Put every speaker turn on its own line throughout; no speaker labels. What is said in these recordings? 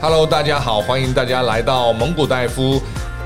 Hello，大家好，欢迎大家来到蒙古大夫。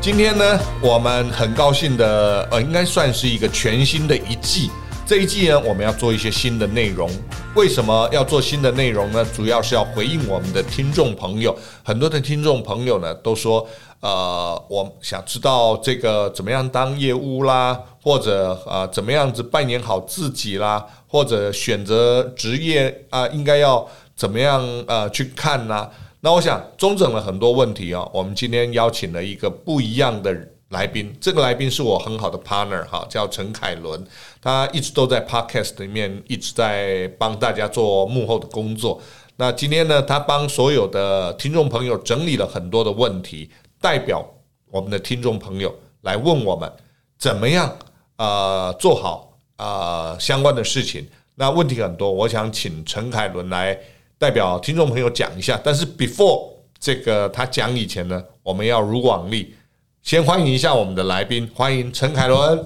今天呢，我们很高兴的，呃，应该算是一个全新的一季。这一季呢，我们要做一些新的内容。为什么要做新的内容呢？主要是要回应我们的听众朋友。很多的听众朋友呢，都说，呃，我想知道这个怎么样当业务啦，或者呃怎么样子扮演好自己啦，或者选择职业啊、应该要怎么样呃去看啦、那我想中整了很多问题哦，我们今天邀请了一个不一样的来宾，这个来宾是我很好的 partner 哈，叫陈凯伦，他一直都在 podcast 里面一直在帮大家做幕后的工作。那今天呢，他帮所有的听众朋友整理了很多的问题，代表我们的听众朋友来问我们怎么样呃做好呃相关的事情。那问题很多，我想请陈凯伦来代表听众朋友讲一下。但是 before 这个他讲以前呢，我们要如往例，先欢迎一下我们的来宾，欢迎陈凯伦。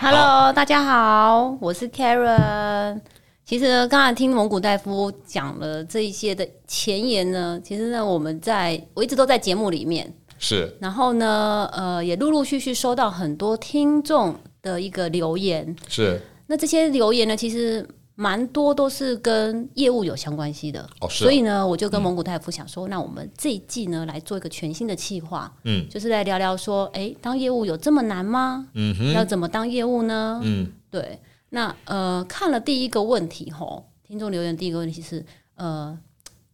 Hello，大家好，我是 Karen。其实呢刚才听蒙古大夫讲了这一些的前言呢，其实呢，我们在我一直都在节目里面，
是
然后呢，呃，也陆陆续续收到很多听众的一个留言。
是
那这些留言呢，其实蛮多都是跟业务有相关系的，
哦是啊
所以呢，我就跟蒙古大夫想说，那我们这一季呢来做一个全新的企划，
嗯，
就是来聊聊说，诶，当业务有这么难吗？
嗯哼
要怎么当业务呢？
嗯
对，那呃，看了第一个问题吼，听众留言第一个问题是，呃，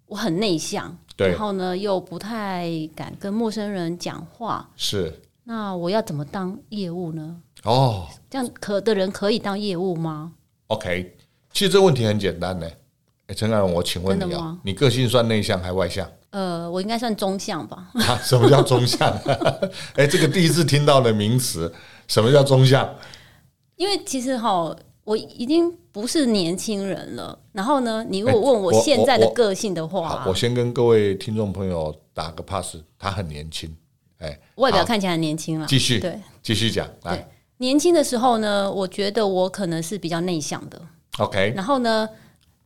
我很内向，
对
然后呢又不太敢跟陌生人讲话，
是
那我要怎么当业务呢？
哦
这样可的人可以当业务吗？
OK，其实这问题很简单呢。哎，陈凯伦，我请问
真
你
的
啊
吗，
你个性算内向还外向？
呃，我应该算中向吧，
啊，什么叫中向？ 哎，这个第一次听到的名词，什么叫中向？
因为其实哈，我已经不是年轻人了。然后呢，你如
哎
果问
我
我现在
我
的
我
个性的话
好，，我先跟各位听众朋友打个 pass，他很年轻，哎，
外表
好
看起来很年轻了，
继续
对。
继续讲，来
对年轻的时候呢，我觉得我可能是比较内向的。
，OK，
然后呢，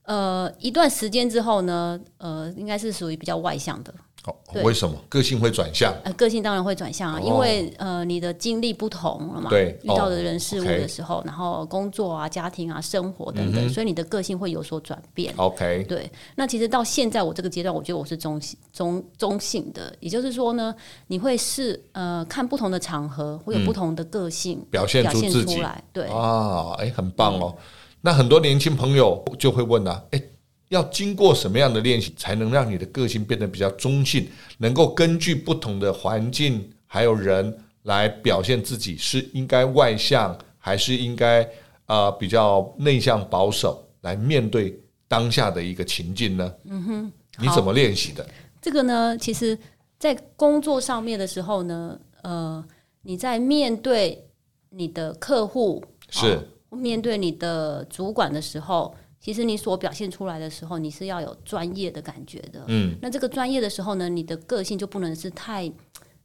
呃，一段时间之后呢，呃，应该是属于比较外向的。
好，
对
哦为什么个性会转向？
呃，个性当然会转向啊，
哦
因为呃，你的经历不同了嘛，
对
遇到
哦
的人事物
OK 嗯
的时候，然后工作啊、家庭啊、生活等等，所以你的个性会有所转变。
OK，
对，那其实到现在我这个阶段，我觉得我是中性、中中性的，也就是说呢，你会是呃看不同的场合，会有不同的个性、
嗯表现
表
出
现
自
出
己
来。对，
啊，哎，很棒哦。那很多年轻朋友就会问啊，哎，要经过什么样的练习，才能让你的个性变得比较中性，能够根据不同的环境还有人来表现自己，是应该外向，还是应该啊、呃比较内向保守来面对当下的一个情境呢？嗯哼，你
好
怎么练习的？
这个呢，其实，在工作上面的时候呢，呃，你在面对你的客户，
是
哦面对你的主管的时候，其实你所表现出来的时候，你是要有专业的感觉的。
嗯，
那这个专业的时候呢，你的个性就不能是太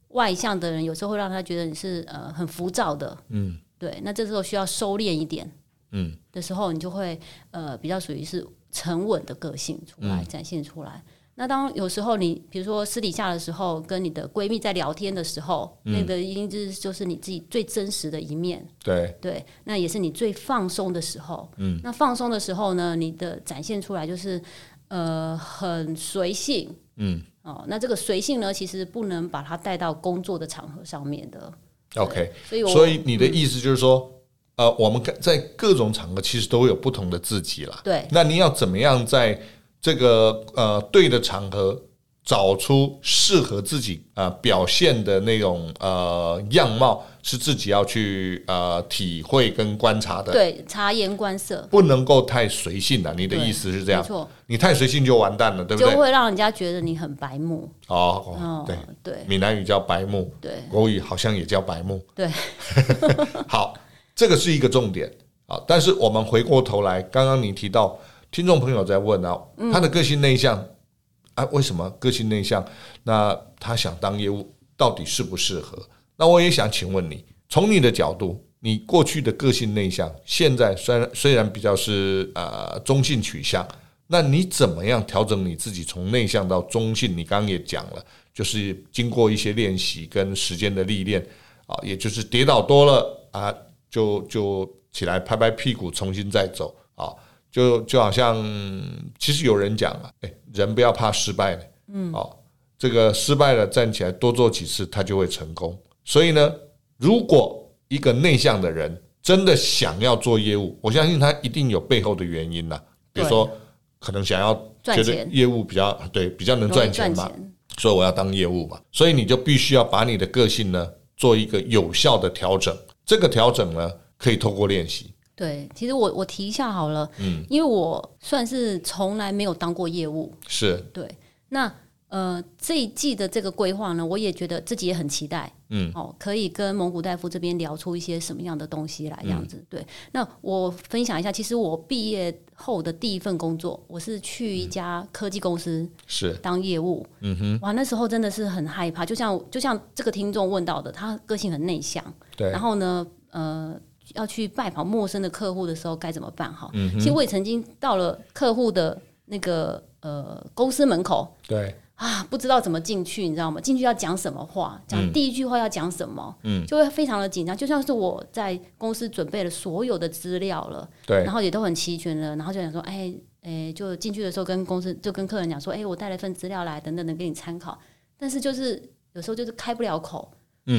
外向的人，有时候会让他觉得你是呃很浮躁的。
嗯，
对，那这时候需要收敛一点。
嗯，
的时候，你就会呃比较属于是沉稳的个性出来、
嗯
展现出来。那当有时候你比如说私底下的时候，跟你的闺蜜在聊天的时候，
嗯
那个一定就是就是你自己最真实的一面。
对，
对，那也是你最放松的时候。嗯，那放松的时候呢，你的展现出来就是呃很随性。
嗯
哦，那这个随性呢，其实不能把它带到工作的场合上面的。
，OK。
所以我
所以你的意思就是说，呃，我们看在各种场合其实都有不同的自己啦。
对
那你要怎么样在这个呃对的场合找出适合自己啊、呃表现的那种呃样貌，是自己要去呃体会跟观察的，
对察言观色，
不能够太随性了。你的
对
意思是这
没
样，
错，
你太随性就完蛋了，对不
就
对？
会让人家觉得你很白目。
哦，哦
哦
对，，
对
闽南语叫白目，
对
国语好像也叫白目。
对，
好，这个是一个重点啊。但是我们回过头来，刚刚你提到听众朋友在问啊，
嗯
他的个性内向啊，为什么个性内向？那他想当业务到底适不适合？那我也想请问你，从你的角度，你过去的个性内向，现在虽然虽然比较是呃中性取向，那你怎么样调整你自己从内向到中性？你刚刚也讲了，就是经过一些练习跟时间的历练啊，也就是跌倒多了啊，就就起来拍拍屁股，重新再走啊。就就好像，其实有人讲啊，哎，人不要怕失败嗯，哦，这个失败了站起来多做几次，他就会成功。所以呢，如果一个内向的人真的想要做业务，我相信他一定有背后的原因呐、比如说可能想要
赚
觉
钱
得业务比较对，比较能
容易
赚钱
赚
嘛，
钱，
所以我要当业务嘛，所以你就必须要把你的个性呢做一个有效的调整。这个调整呢，可以透过练习。
对，其实我我提一下好了，嗯，因为我算是从来没有当过业务，
是，
对，那呃这一季的这个规划呢，我也觉得自己也很期待，
嗯，
哦，可以跟蒙古大夫这边聊出一些什么样的东西来，这样子。对，那我分享一下，其实我毕业后的第一份工作，我是去一家科技公司
是，
当业务，嗯哼，哇，那时候真的是很害怕，就像就像这个听众问到的，他个性很内向，
对
然，后呢，呃。要去拜访陌生的客户的时候该怎么办？哈、其实我也曾经到了客户的那个呃公司门口，
对，
啊，不知道怎么进去，你知道吗？进去要讲什么话，讲第一句话要讲什么，嗯，就会非常的紧张。就像是我在公司准备了所有的资料了，
对
然，后也都很齐全了，然后就想说，哎、哎、就进去的时候跟公司就跟客人讲说，哎、我带了一份资料来，等等的给你参考。但是就是有时候就是开不了口，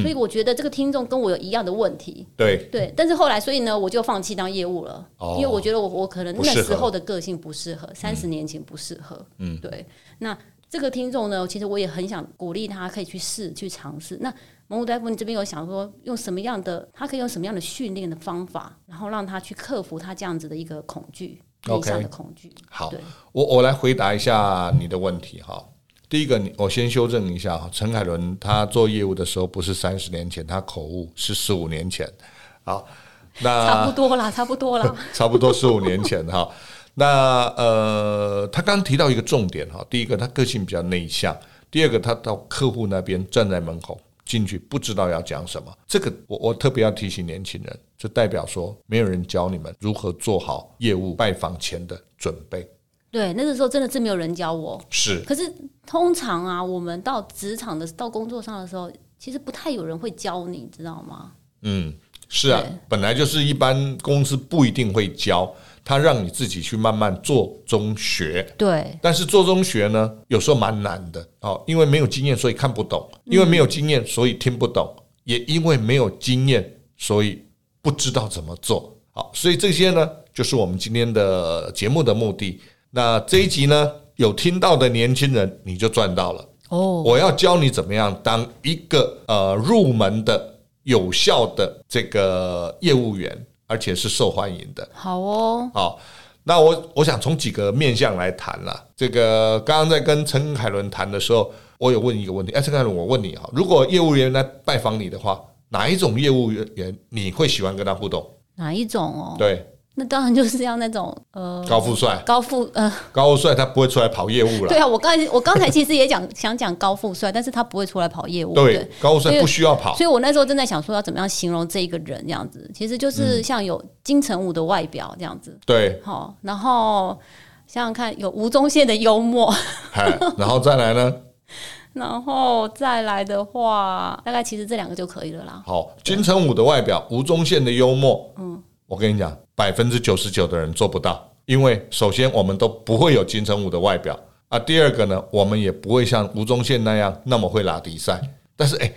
所以我觉得这个听众跟我有一样的问题，
对，
对。但是后来，所以呢，我就放弃当业务了，
哦
因为我觉得我我可能
不
那
适
时
合
候的个性不适合，三十年前不适合，嗯，对。那这个听众呢，其实我也很想鼓励他可以去试去尝试。那蒙古大夫，你这边有想说用什么样的，他可以用什么样的训练的方法，然后让他去克服他这样子的一个恐惧，内
OK
向的恐惧。
好
对，
我我来回答一下你的问题哈。第一个，你我先修正一下哈，陈凯伦他做业务的时候不是三十年前，他口误是十五年前。好，那
差不多啦，差不多啦。
差不多十五年前哈。那呃，他刚提到一个重点哈，第一个他个性比较内向，第二个他到客户那边站在门口进去不知道要讲什么，这个我我特别要提醒年轻人，这代表说没有人教你们如何做好业务拜访前的准备。
对，那个时候真的是没有人教我。
是
可是通常啊，我们到职场的、到工作上的时候，其实不太有人会教你，知道吗？
嗯，是啊
对，
本来就是一般公司不一定会教，他让你自己去慢慢做中学。
对，
但是做中学呢，有时候蛮难的哦，因为没有经验，所以看不懂；因为没有经验，所以听不懂；也因为没有经验，所以不知道怎么做。好，所以这些呢，就是我们今天的节目的目的。那这一集呢，有听到的年轻人，你就赚到了。
哦，
我要教你怎么样当一个呃入门的有效的这个业务员，而且是受欢迎的。
好哦，
好，那我我想从几个面向来谈啦。这个刚刚在跟陈凯伦谈的时候，我有问一个问题，哎，陈凯伦，我问你啊，如果业务员来拜访你的话，哪一种业务员你会喜欢跟他互动？
哪一种哦？
对，
那当然就是要那种呃
高富帅，
高 富呃，
高富帅他不会出来跑业务了
对。啊，我刚才我刚才其实也讲想讲高富帅，但是他不会出来跑业务，对
对，高富帅不需要跑，
所以我那时候正在想说要怎么样形容这一个人这样子，其实就是像有金城武的外表这样子，
对，
好、然后想想看有吴宗宪的幽默，
哎，然后再来呢？
然后再来的话，大概其实这两个就可以了啦。
好，金城武的外表，吴宗宪的幽默，嗯，我跟你讲，百分之九十九的人做不到，因为首先我们都不会有金城武的外表啊，第二个呢，我们也不会像吴宗宪那样那么会拉迪赛。但是哎、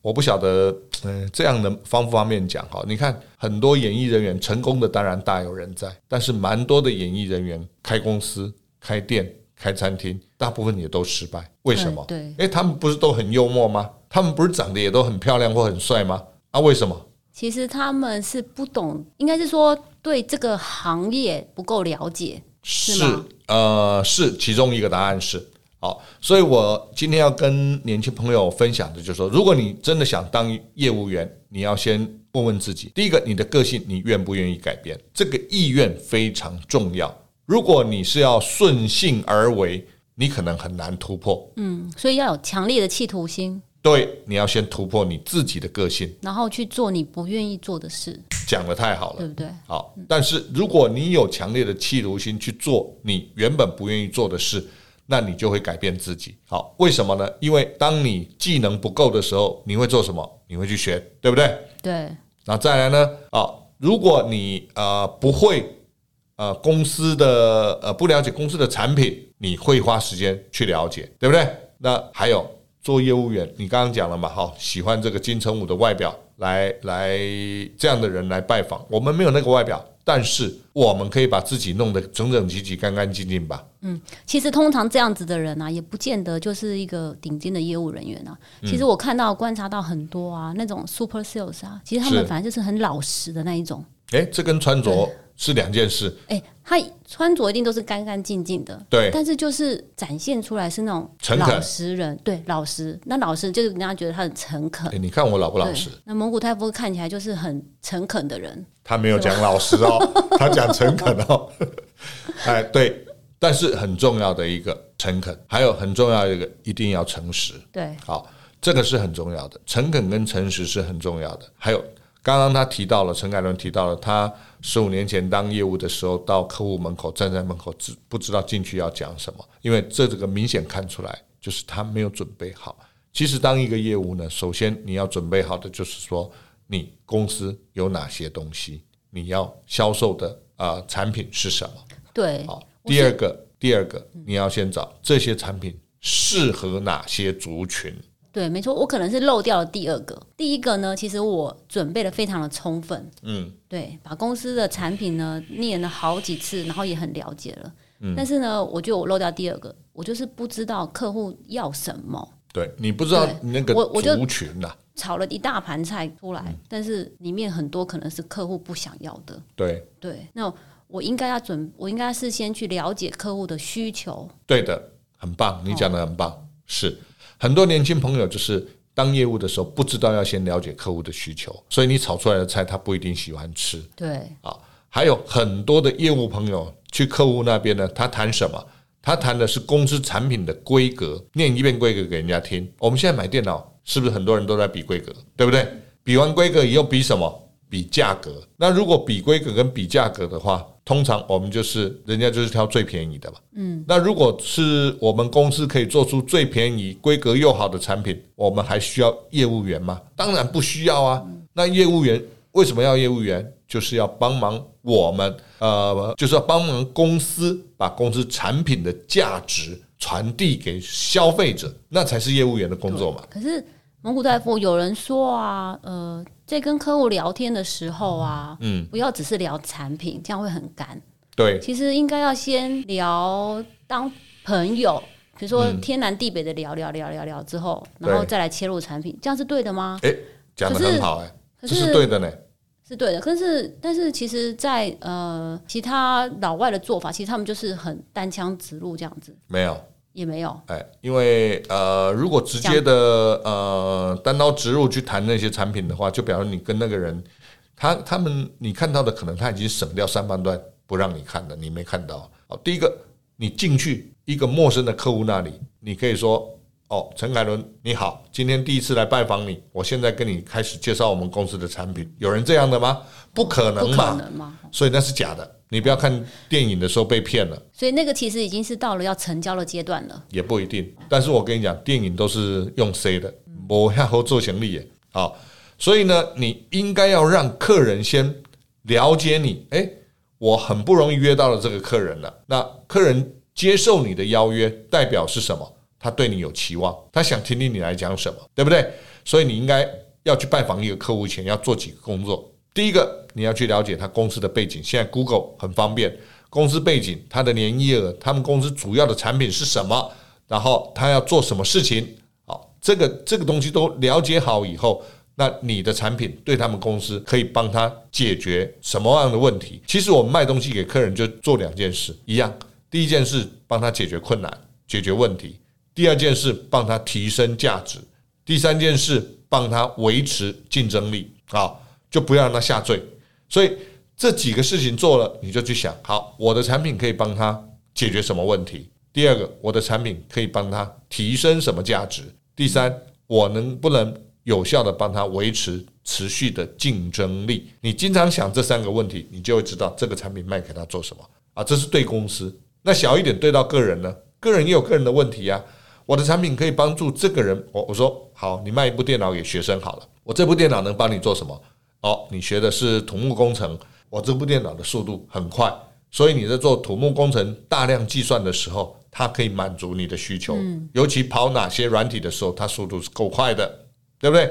我不晓得，嗯、这样的方不方面讲哈？你看很多演艺人员成功的当然大有人在，但是蛮多的演艺人员开公司、开店、开餐厅，大部分也都失败，为什么？
嗯
哎，他们不是都很幽默吗？他们不是长得也都很漂亮或很帅吗？啊，为什么？
其实他们是不懂，应该是说对这个行业不够了解。是吗
呃，是其中一个答案是。好，所以我今天要跟年轻朋友分享的就是说，如果你真的想当业务员，你要先问问自己：第一个，你的个性你愿不愿意改变？这个意愿非常重要。如果你是要顺性而为，你可能很难突破。
嗯，所以要有强烈的企图心。
对，你要先突破你自己的个性。
然后去做你不愿意做的事，
讲的太好了
对，不对？
好，但是如果你有强烈的企图心去做你原本不愿意做的事，那你就会改变自己。好，为什么呢？因为当你技能不够的时候，你会做什么？你会去学，对不对？
对，
然后再来呢，啊、如果你呃不会呃公司的呃不了解公司的产品，你会花时间去了解，对不对？那还有做业务员，你刚刚讲了嘛，哈、喜欢这个金城武的外表，来来这样的人来拜访，我们没有那个外表，但是我们可以把自己弄得整整齐齐、干干净净吧。
其实通常这样子的人啊，也不见得就是一个顶尖的业务人员啊。
嗯
其实我看到观察到很多啊，那种 super sales 啊，其实他们
是
反正就是很老实的那一种。
诶，这跟穿着是两件事，
哎、他穿着一定都是干干净净的，
对
但是就是展现出来是那种
诚恳
老实人，对，老实。那老实就是人家觉得他很诚恳，
诶，你看我老哎不老
对
实？。
那蒙古太夫看起来就是很诚恳的人，
他没有讲老实哦，他讲诚恳哦。 哎，对，但是很重要的一个诚恳，还有很重要的一个一定要诚实。
对，
好，这个是很重要的，诚恳跟诚实是很重要的。还有，刚刚他提到了，陈凯伦提到了，他十五年前当业务的时候，到客户门口站在门口，知不知道进去要讲什么，因为这这个明显看出来就是他没有准备好。其实当一个业务呢，首先你要准备好的就是说，你公司有哪些东西，你要销售的啊、呃产品是什么。
对，
好，
我
第二个，第二个，你要先找这些产品适合哪些族群。
对，没错，我可能是漏掉了第二个。第一个呢，其实我准备的非常的充分，
嗯，
对，把公司的产品呢念了好几次，然后也很了解了。
嗯
但是呢，我觉得我漏掉第二个，我就是不知道客户要什么。
对你不知道
对
你那个
我我就
族群啊呐、
炒了一大盘菜出来，但是里面很多可能是客户不想要的。
对
对，那我应该要准，我应该是先去了解客户的需求。
对的，很棒，你讲的很棒，
嗯
是很多年轻朋友就是当业务的时候不知道要先了解客户的需求，所以你炒出来的菜他不一定喜欢吃
对，
啊。还有很多的业务朋友去客户那边呢，他谈什么？他谈的是公司产品的规格，念一遍规格给人家听。我们现在买电脑，是不是很多人都在比规格，对不对？比完规格以后比什么？比价格。那如果比规格跟比价格的话，通常我们就是人家就是挑最便宜的嘛。嗯。那如果是我们公司可以做出最便宜、规格又好的产品，我们还需要业务员吗？当然不需要啊。那业务员为什么要业务员？就是要帮忙我们，呃，就是要帮忙公司把公司产品的价值传递给消费者，那才是业务员的工作嘛。
可是蒙古大夫有人说啊，呃，在跟客户聊天的时候啊，嗯，不要只是聊产品，这样会很干。
对，
其实应该要先聊当朋友，比如说天南地北的聊聊聊聊聊之后，然后
对
再来切入产品，这样是对的吗？
诶，讲的
可是
很好、诶，
可
这是对的呢。
是对的，可是但是其实在，呃其他老外的做法，其实他们就是很单枪直入这样子，
没有，
也没有
哎，因为呃，如果直接的呃单刀直入去谈那些产品的话，就表示你跟那个人，他他们你看到的可能他已经省掉上半段不让你看的，你没看到。哦，第一个，你进去一个陌生的客户那里，你可以说。哦，陈凯伦，你好，今天第一次来拜访你，我现在跟你开始介绍我们公司的产品，有人这样的吗？不可
不
能
可
嘛，
能嘛。
所以那是假的。你不要看电影的时候被骗了。
所以那个其实已经是到了要成交的阶段了。
也不一定。但是我跟你讲，电影都是用 C 的，我下后做行李耶。好，所以呢，你应该要让客人先了解你。诶，我很不容易约到了这个客人了。那客人接受你的邀约，代表是什么？他对你有期望，他想听听你来讲什么，对不对？所以你应该要去拜访一个客户前，要做几个工作。第一个，你要去了解他公司的背景。现在 Google 很方便，公司背景、它的年营业额、他们公司主要的产品是什么，然后他要做什么事情。好，这个这个东西都了解好以后，那你的产品对他们公司可以帮他解决什么样的问题？其实我们卖东西给客人就做两件事一样，第一件事帮他解决困难、解决问题，第二件事帮他提升价值，第三件事帮他维持竞争力啊，就不要让他下坠。所以这几个事情做了，你就去想，好，我的产品可以帮他解决什么问题？第二个，我的产品可以帮他提升什么价值？第三，我能不能有效的帮他维持持续的竞争力？你经常想这三个问题，你就会知道这个产品卖给他做什么啊，这是对公司。那小一点对到个人呢，个人也有个人的问题呀、我的产品可以帮助这个人，我我说好，你卖一部电脑给学生好了，我这部电脑能帮你做什么？哦，你学的是土木工程，我这部电脑的速度很快，所以你在做土木工程大量计算的时候，它可以满足你的需求，尤其跑哪些软体的时候，它速度是够快的，对不对？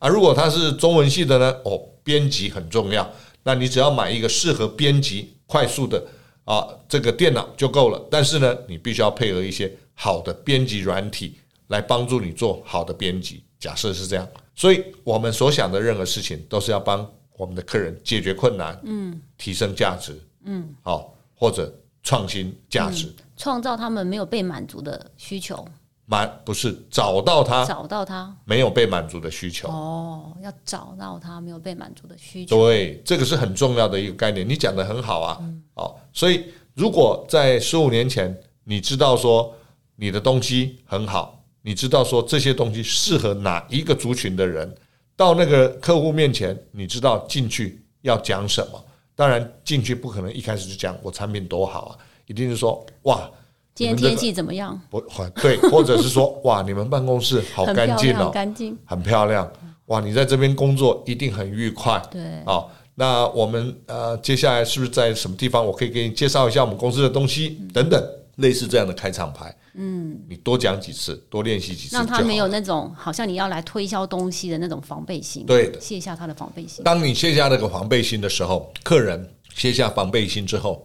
啊，如果它是中文系的呢？哦，编辑很重要，那你只要买一个适合编辑快速的啊这个电脑就够了。但是呢，你必须要配合一些好的编辑软体来帮助你做好的编辑。假设是这样，所以我们所想的任何事情都是要帮我们的客人解决困难，嗯，提升价值，嗯，好、或者创新价值，
创造他们没有被满足的需求，
满不是找到他
找到他
没有被满足的需求。
哦，要找到他没有被满足的需求。
对，这个是很重要的一个概念，你讲的很好啊。
嗯
哦，所以如果在十五年前，你知道说你的东西很好，你知道说这些东西适合哪一个族群的人，到那个客户面前，你知道进去要讲什么。当然，进去不可能一开始就讲我产品多好啊，一定是说哇，
今天天气怎么样？
不对，或者是说哇，你们办公室好
很
干
漂
净
亮，
哦
很，干净。
很漂亮，哇，你在这边工作一定很愉快。
对，
好、那我们呃，接下来是不是在什么地方，我可以给你介绍一下我们公司的东西
嗯
等等，类似这样的开场牌。嗯，你多讲几次，多练习几次就
让
好。
他没有那种好像你要来推销东西的那种防备心。
对的
卸下他的防备心。
当你卸下那个防备心的时候，客人卸下防备心之后，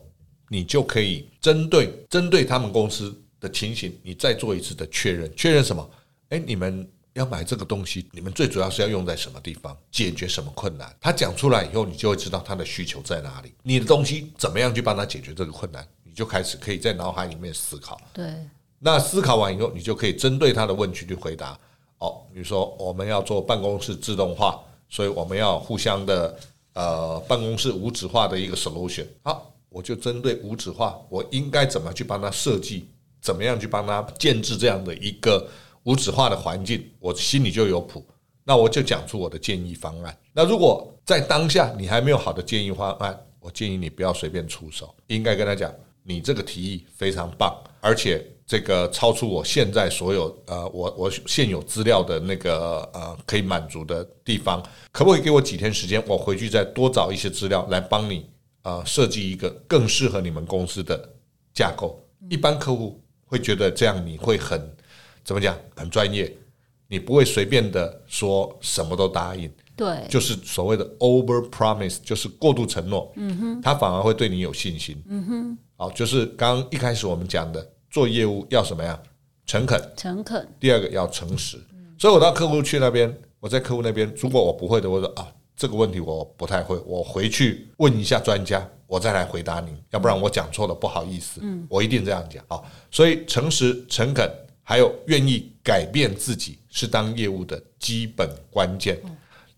你就可以针对针对他们公司的情形，你再做一次的确认。确认什么？哎，你们要买这个东西，你们最主要是要用在什么地方，解决什么困难？他讲出来以后，你就会知道他的需求在哪里。你的东西怎么样去帮他解决这个困难？你就开始可以在脑海里面思考。
对，
那思考完以后，你就可以针对他的问题去回答。哦，比如说我们要做办公室自动化，所以我们要互相的呃办公室无纸化的一个 solution。好，我就针对无纸化，我应该怎么去帮他设计，怎么样去帮他建制这样的一个无纸化的环境，我心里就有谱。那我就讲出我的建议方案。那如果在当下你还没有好的建议方案，我建议你不要随便出手，应该跟他讲，你这个提议非常棒，而且这个超出我现在所有呃我我现有资料的那个呃可以满足的地方，可不可以给我几天时间，我回去再多找一些资料来帮你呃设计一个更适合你们公司的架构？一般客户会觉得这样你会很怎么讲，很专业，你不会随便的说什么都答应，
对，
就是所谓的 over promise，就是过度承诺。嗯哼，他反而会对你有信心。嗯哼，好，就是刚刚一开始我们讲的，做业务要什么呀？诚恳，
诚恳。
第二个要诚实。所以我到客户去那边，我在客户那边，如果我不会的，我说啊，这个问题我不太会，我回去问一下专家，我再来回答您，要不然我讲错了不好意思。嗯，我一定这样讲啊。所以诚实、诚恳，还有愿意改变自己，是当业务的基本关键。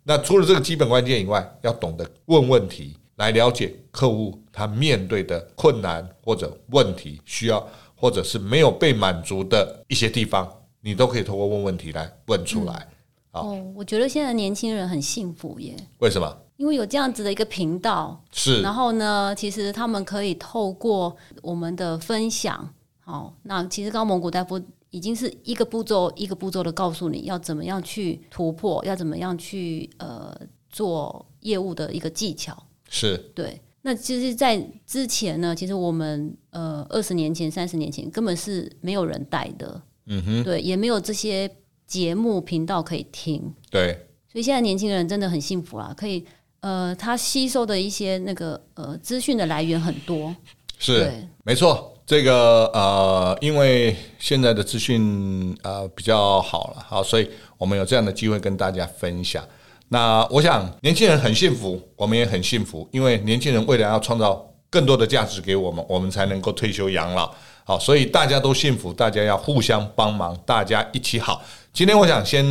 那除了这个基本关键以外，要懂得问问题，来了解客户他面对的困难或者问题，需要或者是没有被满足的一些地方，你都可以通过问问题来问出来。
哦，我觉得现在年轻人很幸福耶，
为什么？
因为有这样子的一个频道，
是
然后呢，其实他们可以透过我们的分享，好，那其实刚刚蒙古大夫已经是一个步骤一个步骤的告诉你要怎么样去突破，要怎么样去呃做业务的一个技巧。
是
对，那其实，在之前呢，其实我们呃二十年前、三十年前根本是没有人带的，嗯哼，对，也没有这些节目频道可以听，
对，
所以现在年轻人真的很幸福啦，可以呃，他吸收的一些那个呃资讯的来源很多，
是
对
没错。这个呃，因为现在的资讯呃比较好了，好，所以我们有这样的机会跟大家分享。那我想年轻人很幸福，我们也很幸福，因为年轻人未来要创造更多的价值给我们，我们才能够退休养老。好，所以大家都幸福，大家要互相帮忙，大家一起好。今天我想先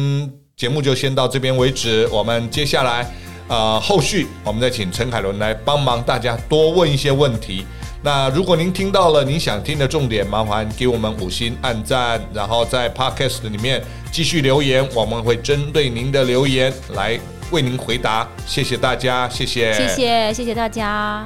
节目就先到这边为止，我们接下来呃后续我们再请陈凯伦来帮忙大家多问一些问题。那如果您听到了您想听的重点，麻烦给我们五星按赞，然后在 Podcast 里面继续留言，我们会针对您的留言来为您回答。谢谢大家，谢谢，
谢谢谢谢大家。